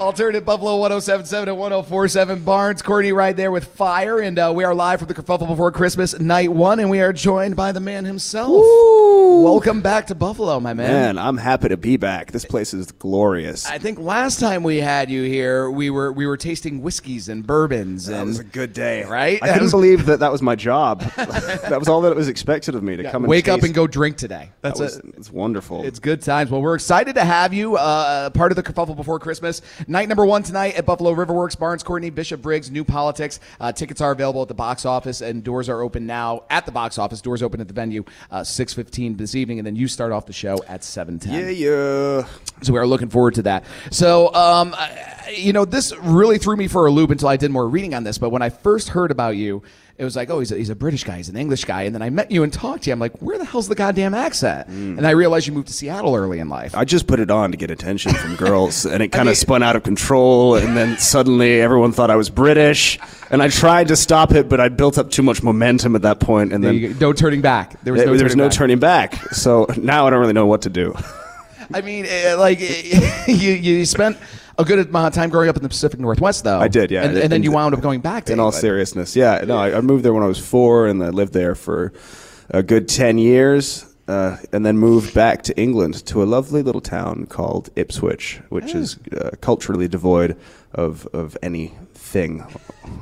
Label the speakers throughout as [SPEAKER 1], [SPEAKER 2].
[SPEAKER 1] Alternative Buffalo 1077 and 1047 Barnes. Courtney right there with fire. And uh, we are live from the kerfuffle before Christmas, night one. And we are joined by the man himself. Welcome back to Buffalo, my man.
[SPEAKER 2] Man, I'm happy to be back. This place is glorious.
[SPEAKER 1] I think last time we had you here, we were we were tasting whiskeys and bourbons.
[SPEAKER 2] That
[SPEAKER 1] and
[SPEAKER 2] was a good day,
[SPEAKER 1] Right?
[SPEAKER 2] I
[SPEAKER 1] That
[SPEAKER 2] couldn't
[SPEAKER 1] was-
[SPEAKER 2] believe that that was my job. that was all that was expected of me to come and
[SPEAKER 1] wake up
[SPEAKER 2] taste-
[SPEAKER 1] and go drink today.
[SPEAKER 2] That
[SPEAKER 1] That's
[SPEAKER 2] was,
[SPEAKER 1] it.
[SPEAKER 2] it's wonderful.
[SPEAKER 1] It's good times. Well, we're excited to have you uh, part of the kerfuffle before Christmas. Night number one tonight at Buffalo Riverworks, Barnes Courtney, Bishop Briggs, New Politics. Uh, tickets are available at the box office, and doors are open now at the box office. Doors open at the venue uh, six fifteen this evening, and then you start off the show at seven ten.
[SPEAKER 2] yeah, yeah.
[SPEAKER 1] So we are looking forward to that. So, um, I- you know, this really threw me for a loop until I did more reading on this. But when I first heard about you, it was like, oh, he's a, he's a British guy, he's an English guy. And then I met you and talked to you. I'm like, where the hell's the goddamn accent? And I realized you moved to Seattle early in life.
[SPEAKER 2] Mm. I just put it on to get attention from girls, and it kind of spun out of control. And then suddenly, everyone thought I was British, and I tried to stop it, but I built up too much momentum at that point, and
[SPEAKER 1] There
[SPEAKER 2] then
[SPEAKER 1] you go. no turning back. There was
[SPEAKER 2] there
[SPEAKER 1] no,
[SPEAKER 2] there was
[SPEAKER 1] turning,
[SPEAKER 2] no
[SPEAKER 1] back.
[SPEAKER 2] turning back. So now I don't really know what to do.
[SPEAKER 1] I mean, eh, like eh, you, you spent a good amount of time growing up in the Pacific Northwest, though.
[SPEAKER 2] I did, yeah.
[SPEAKER 1] And, and then
[SPEAKER 2] And-
[SPEAKER 1] you wound up going back to
[SPEAKER 2] in all
[SPEAKER 1] England.
[SPEAKER 2] seriousness yeah no I, I moved there when i was four and i lived there for a good 10 years uh, and then moved back to england to a lovely little town called ipswich which is
[SPEAKER 1] Ah.
[SPEAKER 2] uh, culturally devoid of, of anything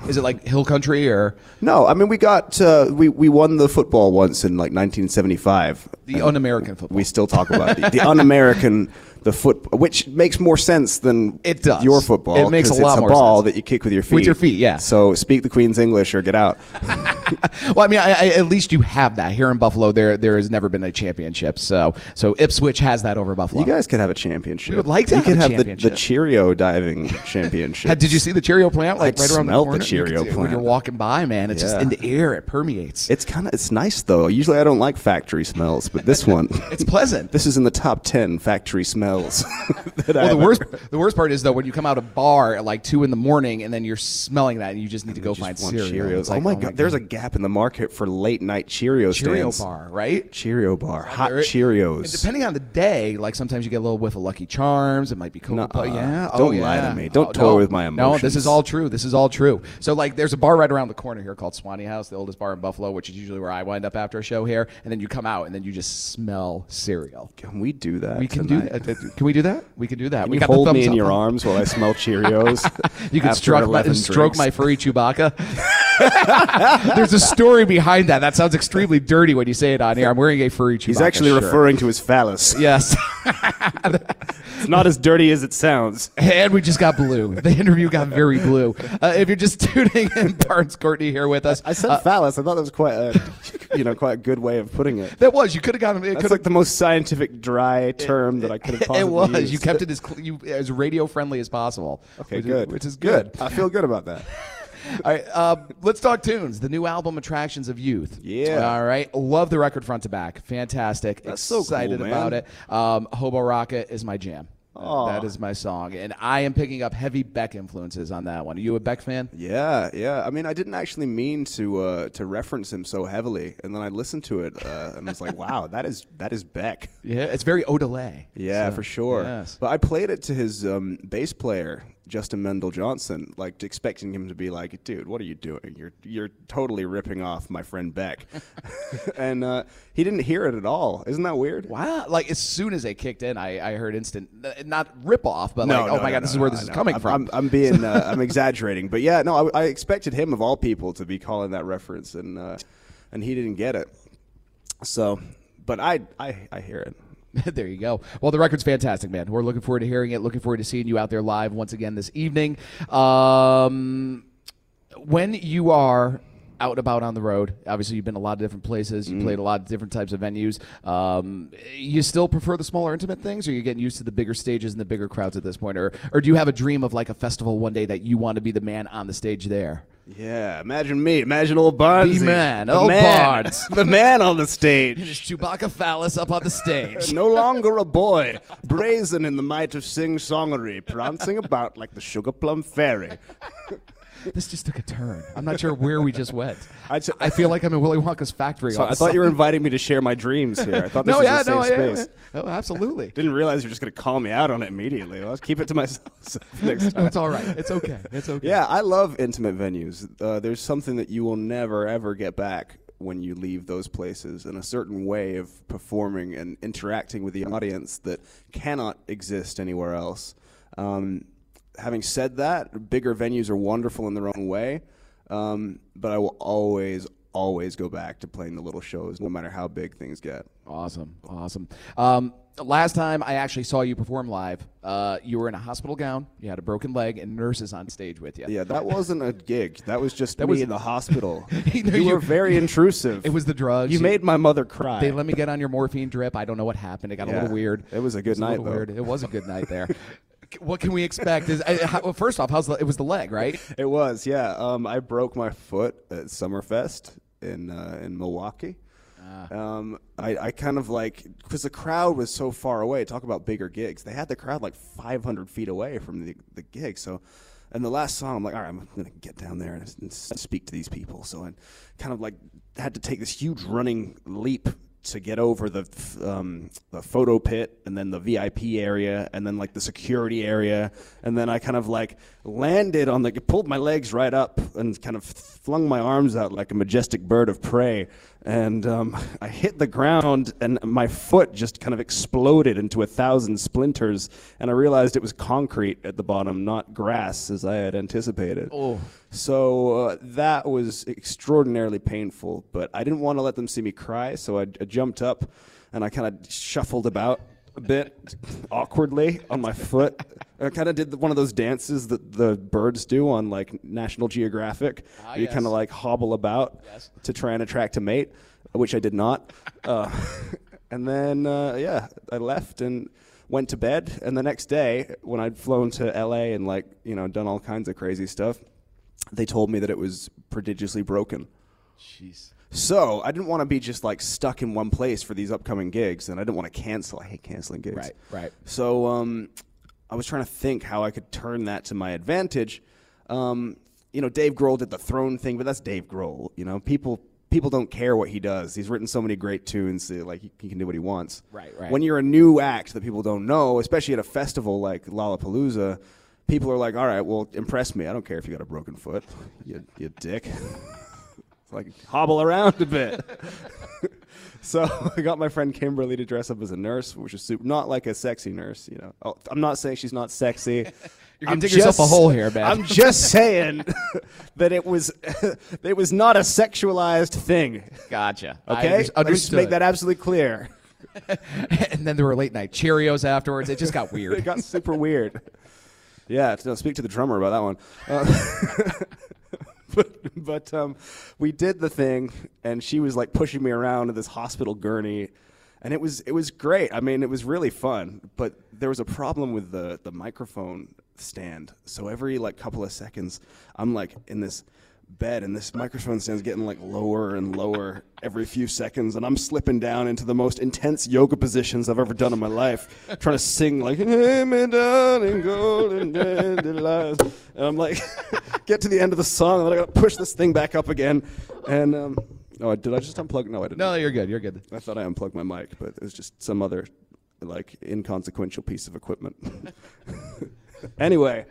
[SPEAKER 1] Is it like hill country or
[SPEAKER 2] no i mean we got uh, we, we won the football once in like 1975
[SPEAKER 1] the un-American football?
[SPEAKER 2] we still talk about the, the un-american the foot which makes more sense than
[SPEAKER 1] It does.
[SPEAKER 2] your football
[SPEAKER 1] It makes a
[SPEAKER 2] 'cause
[SPEAKER 1] lot
[SPEAKER 2] it's a
[SPEAKER 1] more
[SPEAKER 2] ball
[SPEAKER 1] sense.
[SPEAKER 2] that you kick with your feet
[SPEAKER 1] With your feet, yeah.
[SPEAKER 2] so speak the queen's english or get out
[SPEAKER 1] Well, I mean, I, I, at least you have that here in Buffalo. There, there has never been a championship, so so Ipswich has that over Buffalo.
[SPEAKER 2] You guys could have a championship.
[SPEAKER 1] We would like to
[SPEAKER 2] you
[SPEAKER 1] have a
[SPEAKER 2] could have the,
[SPEAKER 1] championship.
[SPEAKER 2] the Cheerio diving championship.
[SPEAKER 1] Had- did you see the Cheerio plant like
[SPEAKER 2] I
[SPEAKER 1] right around the
[SPEAKER 2] smelled the
[SPEAKER 1] corner? You could see
[SPEAKER 2] Cheerio
[SPEAKER 1] it when
[SPEAKER 2] plant.
[SPEAKER 1] you're walking by, man. It's just
[SPEAKER 2] Yeah.
[SPEAKER 1] in the air; it permeates.
[SPEAKER 2] It's kind of it's nice though. Usually I don't like factory smells, but this one,
[SPEAKER 1] it's pleasant.
[SPEAKER 2] this is in the top ten factory smells. that I
[SPEAKER 1] well, the
[SPEAKER 2] have.
[SPEAKER 1] worst, the worst part is though when you come out of bar at like two in the morning and then you're smelling that and you just need to go
[SPEAKER 2] Just
[SPEAKER 1] find
[SPEAKER 2] want
[SPEAKER 1] cereal.
[SPEAKER 2] Cheerios.
[SPEAKER 1] It's like,
[SPEAKER 2] oh, my god, there's a gap in the market for late night Cheerio
[SPEAKER 1] Cheerio
[SPEAKER 2] stands.
[SPEAKER 1] bar, right?
[SPEAKER 2] Cheerio bar, hot
[SPEAKER 1] There it-
[SPEAKER 2] Cheerios.
[SPEAKER 1] And depending on the day, like sometimes you get a little whiff of Lucky Charms. It might be cool.
[SPEAKER 2] Nuh-uh.
[SPEAKER 1] yeah.
[SPEAKER 2] Don't
[SPEAKER 1] oh,
[SPEAKER 2] lie to
[SPEAKER 1] yeah.
[SPEAKER 2] me. Don't
[SPEAKER 1] Oh,
[SPEAKER 2] toy
[SPEAKER 1] no.
[SPEAKER 2] with my
[SPEAKER 1] No, this is
[SPEAKER 2] emotions.
[SPEAKER 1] all true. This is all true. So like, there's a bar right around the corner here called Swanee House, the oldest bar in Buffalo, which is usually where I wind up after a show here. And then you come out and then you just smell cereal.
[SPEAKER 2] can we do that?
[SPEAKER 1] We can
[SPEAKER 2] tonight?
[SPEAKER 1] do that. Can we do that? We can do that.
[SPEAKER 2] Can
[SPEAKER 1] we
[SPEAKER 2] you
[SPEAKER 1] got
[SPEAKER 2] hold
[SPEAKER 1] the thumbs
[SPEAKER 2] me in
[SPEAKER 1] up.
[SPEAKER 2] your arms while I smell Cheerios.
[SPEAKER 1] You can
[SPEAKER 2] after
[SPEAKER 1] stroke my,
[SPEAKER 2] 11
[SPEAKER 1] stroke my
[SPEAKER 2] drinks?
[SPEAKER 1] furry Chewbacca. There's a story behind that. That sounds extremely dirty when you say it on here. I'm wearing a furry Chewbacca.
[SPEAKER 2] He's actually
[SPEAKER 1] shirt.
[SPEAKER 2] referring to his phallus.
[SPEAKER 1] Yes.
[SPEAKER 2] It's not as dirty as it sounds.
[SPEAKER 1] And we just got blue. The interview got very blue. Uh, if you're just tuning in, Barnes Courtney here with us.
[SPEAKER 2] I said phallus. I thought that was quite a, you know, quite a good way of putting it.
[SPEAKER 1] That was you could have gotten. It
[SPEAKER 2] That's
[SPEAKER 1] could
[SPEAKER 2] like the most scientific, dry term that I could have possibly
[SPEAKER 1] It was.
[SPEAKER 2] used.
[SPEAKER 1] You kept it as cl- you, as radio friendly as possible.
[SPEAKER 2] Okay,
[SPEAKER 1] which
[SPEAKER 2] good.
[SPEAKER 1] Is, which is good.
[SPEAKER 2] I feel good about that.
[SPEAKER 1] All right, uh, let's talk tunes. The new album, Attractions of Youth.
[SPEAKER 2] Yeah.
[SPEAKER 1] All right, love the record front to back. Fantastic.
[SPEAKER 2] That's so cool,
[SPEAKER 1] Excited
[SPEAKER 2] man.
[SPEAKER 1] about it. Um, Hobo Rocket is my jam.
[SPEAKER 2] Aw.
[SPEAKER 1] That is my song, and I am picking up heavy Beck influences on that one. Are you a Beck fan?
[SPEAKER 2] Yeah, yeah. I mean, I didn't actually mean to uh, to reference him so heavily, and then I listened to it uh, and was like, "Wow, that is that is Beck."
[SPEAKER 1] Yeah, it's very Odelay.
[SPEAKER 2] Yeah, for sure.
[SPEAKER 1] yes.
[SPEAKER 2] But I played it to his um, bass player, Justin Mendel Johnson, like expecting him to be like, "Dude, what are you doing? You're you're totally ripping off my friend Beck," and uh, he didn't hear it at all. Isn't that weird?
[SPEAKER 1] Wow! Like as soon as they kicked in, I, I heard instant, not rip off, but like, oh my god, this is
[SPEAKER 2] no,
[SPEAKER 1] where
[SPEAKER 2] no,
[SPEAKER 1] this is
[SPEAKER 2] no.
[SPEAKER 1] coming
[SPEAKER 2] I'm,
[SPEAKER 1] from.
[SPEAKER 2] I'm, I'm being, uh, I'm exaggerating, but yeah, no, I, I expected him of all people to be calling that reference, and uh, and he didn't get it. So, but I, I, I hear it.
[SPEAKER 1] there you go. Well, the record's fantastic, man. We're looking forward to hearing it. Looking forward to seeing you out there live once again this evening. Um, when you are out and about on the road. Obviously, you've been a lot of different places.
[SPEAKER 2] Mm-hmm.
[SPEAKER 1] You played a lot of different types of venues. Um, you still prefer the smaller, intimate things, or you are getting used to the bigger stages and the bigger crowds at this point, or or do you have a dream of like a festival one day that you want to be the man on the stage there?
[SPEAKER 2] Yeah, imagine me. Imagine old Barnes.
[SPEAKER 1] The man, old Barnes.
[SPEAKER 2] the man on the stage.
[SPEAKER 1] Just Chewbacca phallus up on the stage.
[SPEAKER 2] No longer a boy, brazen in the might of sing-songery, prancing about like the sugar plum fairy.
[SPEAKER 1] this just took a turn. I'm not sure where we just went. I
[SPEAKER 2] I t-
[SPEAKER 1] feel like I'm in Willy Wonka's factory.
[SPEAKER 2] So
[SPEAKER 1] all of
[SPEAKER 2] I
[SPEAKER 1] a
[SPEAKER 2] thought you were
[SPEAKER 1] sudden.
[SPEAKER 2] inviting me to share my dreams here. I thought this
[SPEAKER 1] No,
[SPEAKER 2] was
[SPEAKER 1] yeah,
[SPEAKER 2] a safe
[SPEAKER 1] no, yeah,
[SPEAKER 2] space.
[SPEAKER 1] yeah. No, Oh, absolutely.
[SPEAKER 2] Didn't realize you were just going to call me out on it immediately. Let's keep it to myself next time.
[SPEAKER 1] No, it's all right. It's okay. It's okay.
[SPEAKER 2] Yeah, I love intimate venues. Uh, there's something that you will never ever get back when you leave those places, and a certain way of performing and interacting with the audience that cannot exist anywhere else. Um, having said that, bigger venues are wonderful in their own way, um, but I will always, always go back to playing the little shows, no matter how big things get.
[SPEAKER 1] Awesome, awesome. Um, last time I actually saw you perform live, uh, you were in a hospital gown. You had a broken leg, and nurses on stage with you.
[SPEAKER 2] Yeah, that wasn't a gig. That was just me
[SPEAKER 1] was-
[SPEAKER 2] in the hospital.
[SPEAKER 1] You
[SPEAKER 2] you,
[SPEAKER 1] know, you-
[SPEAKER 2] were very intrusive.
[SPEAKER 1] It was the drugs.
[SPEAKER 2] You
[SPEAKER 1] You-
[SPEAKER 2] made my mother cry.
[SPEAKER 1] They let me get on your morphine drip. I don't know what happened. It got a
[SPEAKER 2] Yeah.
[SPEAKER 1] little weird.
[SPEAKER 2] It was a good
[SPEAKER 1] It's
[SPEAKER 2] night,
[SPEAKER 1] little
[SPEAKER 2] though.
[SPEAKER 1] weird. It was a good night there. C- what can we expect? Is I, how, well, first off, how's the, it was the leg, right?
[SPEAKER 2] It was, yeah. Um, I broke my foot at Summerfest in uh, in Milwaukee. Um, I, I kind of like because the crowd was so far away. Talk about bigger gigs. They had the crowd like 500 feet away from the, the gig. So, and the last song, I'm like, all right, I'm gonna get down there and, s- and s- speak to these people. So I kind of like had to take this huge running leap to get over the f- um, the photo pit and then the VIP area and then like the security area and then I kind of like landed on the pulled my legs right up and kind of flung my arms out like a majestic bird of prey and um, I hit the ground and my foot just kind of exploded into a thousand splinters and I realized it was concrete at the bottom not grass as I had anticipated.
[SPEAKER 1] Oh.
[SPEAKER 2] So uh, that was extraordinarily painful, but I didn't want to let them see me cry, so I, I jumped up and I kind of shuffled about a bit awkwardly on my foot. I kind of did the- one of those dances that the birds do on like National Geographic.
[SPEAKER 1] Ah,
[SPEAKER 2] you kind
[SPEAKER 1] yes.
[SPEAKER 2] of like hobble about
[SPEAKER 1] Yes.
[SPEAKER 2] to try and attract a mate, which I did not. Uh, and then, uh, yeah, I left and went to bed. And the next day, when I'd flown to LA and like, you know, done all kinds of crazy stuff, they told me that it was prodigiously broken.
[SPEAKER 1] Jeez.
[SPEAKER 2] So I didn't want to be just like stuck in one place for these upcoming gigs, and I didn't want to cancel. I hate canceling gigs.
[SPEAKER 1] Right, right.
[SPEAKER 2] So um, I was trying to think how I could turn that to my advantage. Um, you know, Dave Grohl did the throne thing, but that's Dave Grohl. You know, people people don't care what he does. He's written so many great tunes. That, like he, he can do what he wants.
[SPEAKER 1] Right, right.
[SPEAKER 2] When you're a new act that people don't know, especially at a festival like Lollapalooza. People are like, all right, well, impress me. I don't care if you got a broken foot, you, you dick. like hobble around a bit. so I got my friend Kimberly to dress up as a nurse, which is super, not like a sexy nurse, you know. Oh, I'm not saying she's not sexy.
[SPEAKER 1] You're gonna
[SPEAKER 2] I'm
[SPEAKER 1] dig yourself a hole here, man.
[SPEAKER 2] I'm just saying that it was it was not a sexualized thing.
[SPEAKER 1] Gotcha. I
[SPEAKER 2] Okay,
[SPEAKER 1] under-
[SPEAKER 2] let's just make
[SPEAKER 1] understood.
[SPEAKER 2] that absolutely clear.
[SPEAKER 1] and then there were late night Cheerios afterwards. It just got weird.
[SPEAKER 2] It got super weird. Yeah, no, speak to the drummer about that one. Uh, but but um, we did the thing, and she was like pushing me around in this hospital gurney, and it was it was great. I mean, it was really fun. But there was a problem with the the microphone stand. So every like couple of seconds, I'm like in this bed and this microphone stand's getting like lower and lower every few seconds and I'm slipping down into the most intense yoga positions I've ever done in my life trying to sing like "Lay me down in golden dandelions." and I'm like get to the end of the song and then I gotta push this thing back up again and um oh did I just unplug no I didn't
[SPEAKER 1] No, you're good. You're good.
[SPEAKER 2] I thought I unplugged my mic but it was just some other like inconsequential piece of equipment anyway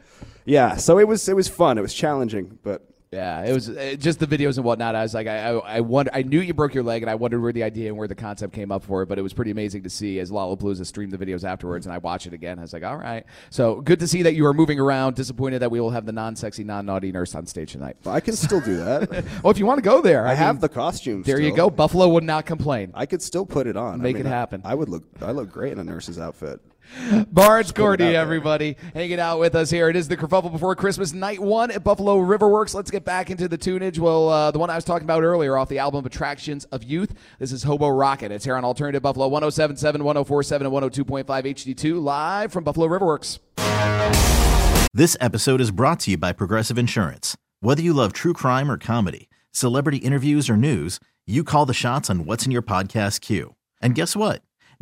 [SPEAKER 2] yeah so it was it was fun it was challenging but
[SPEAKER 1] Yeah, it was uh, just the videos and whatnot. I was like, I, I, I wonder, I knew you broke your leg, and I wondered where the idea and where the concept came up for it. But it was pretty amazing to see as Lollapalooza streamed the videos afterwards, and I watched it again. I was like, all right, so good to see that you are moving around. Disappointed that we will have the non-sexy, non-naughty nurse on stage tonight.
[SPEAKER 2] I can still do that.
[SPEAKER 1] Oh, if you want to go there, I,
[SPEAKER 2] I have
[SPEAKER 1] mean,
[SPEAKER 2] the costume.
[SPEAKER 1] There you go.
[SPEAKER 2] still.
[SPEAKER 1] Buffalo would not complain.
[SPEAKER 2] I could still put it on. I
[SPEAKER 1] Make it
[SPEAKER 2] I-
[SPEAKER 1] happen.
[SPEAKER 2] I, would look. I look great in a nurse's outfit.
[SPEAKER 1] Barnes Courtney, everybody, hanging out with us here. It is the kerfuffle before Christmas, night one at Buffalo Riverworks. Let's get back into the tunage. Well, uh, the one I was talking about earlier off the album Attractions of Youth. This is Hobo Rocket. It's here on Alternative Buffalo 1077, 1047, and 102.5 HD2, live from Buffalo Riverworks.
[SPEAKER 3] This episode is brought to you by Progressive Insurance. Whether you love true crime or comedy, celebrity interviews or news, you call the shots on what's in your podcast queue. And guess what?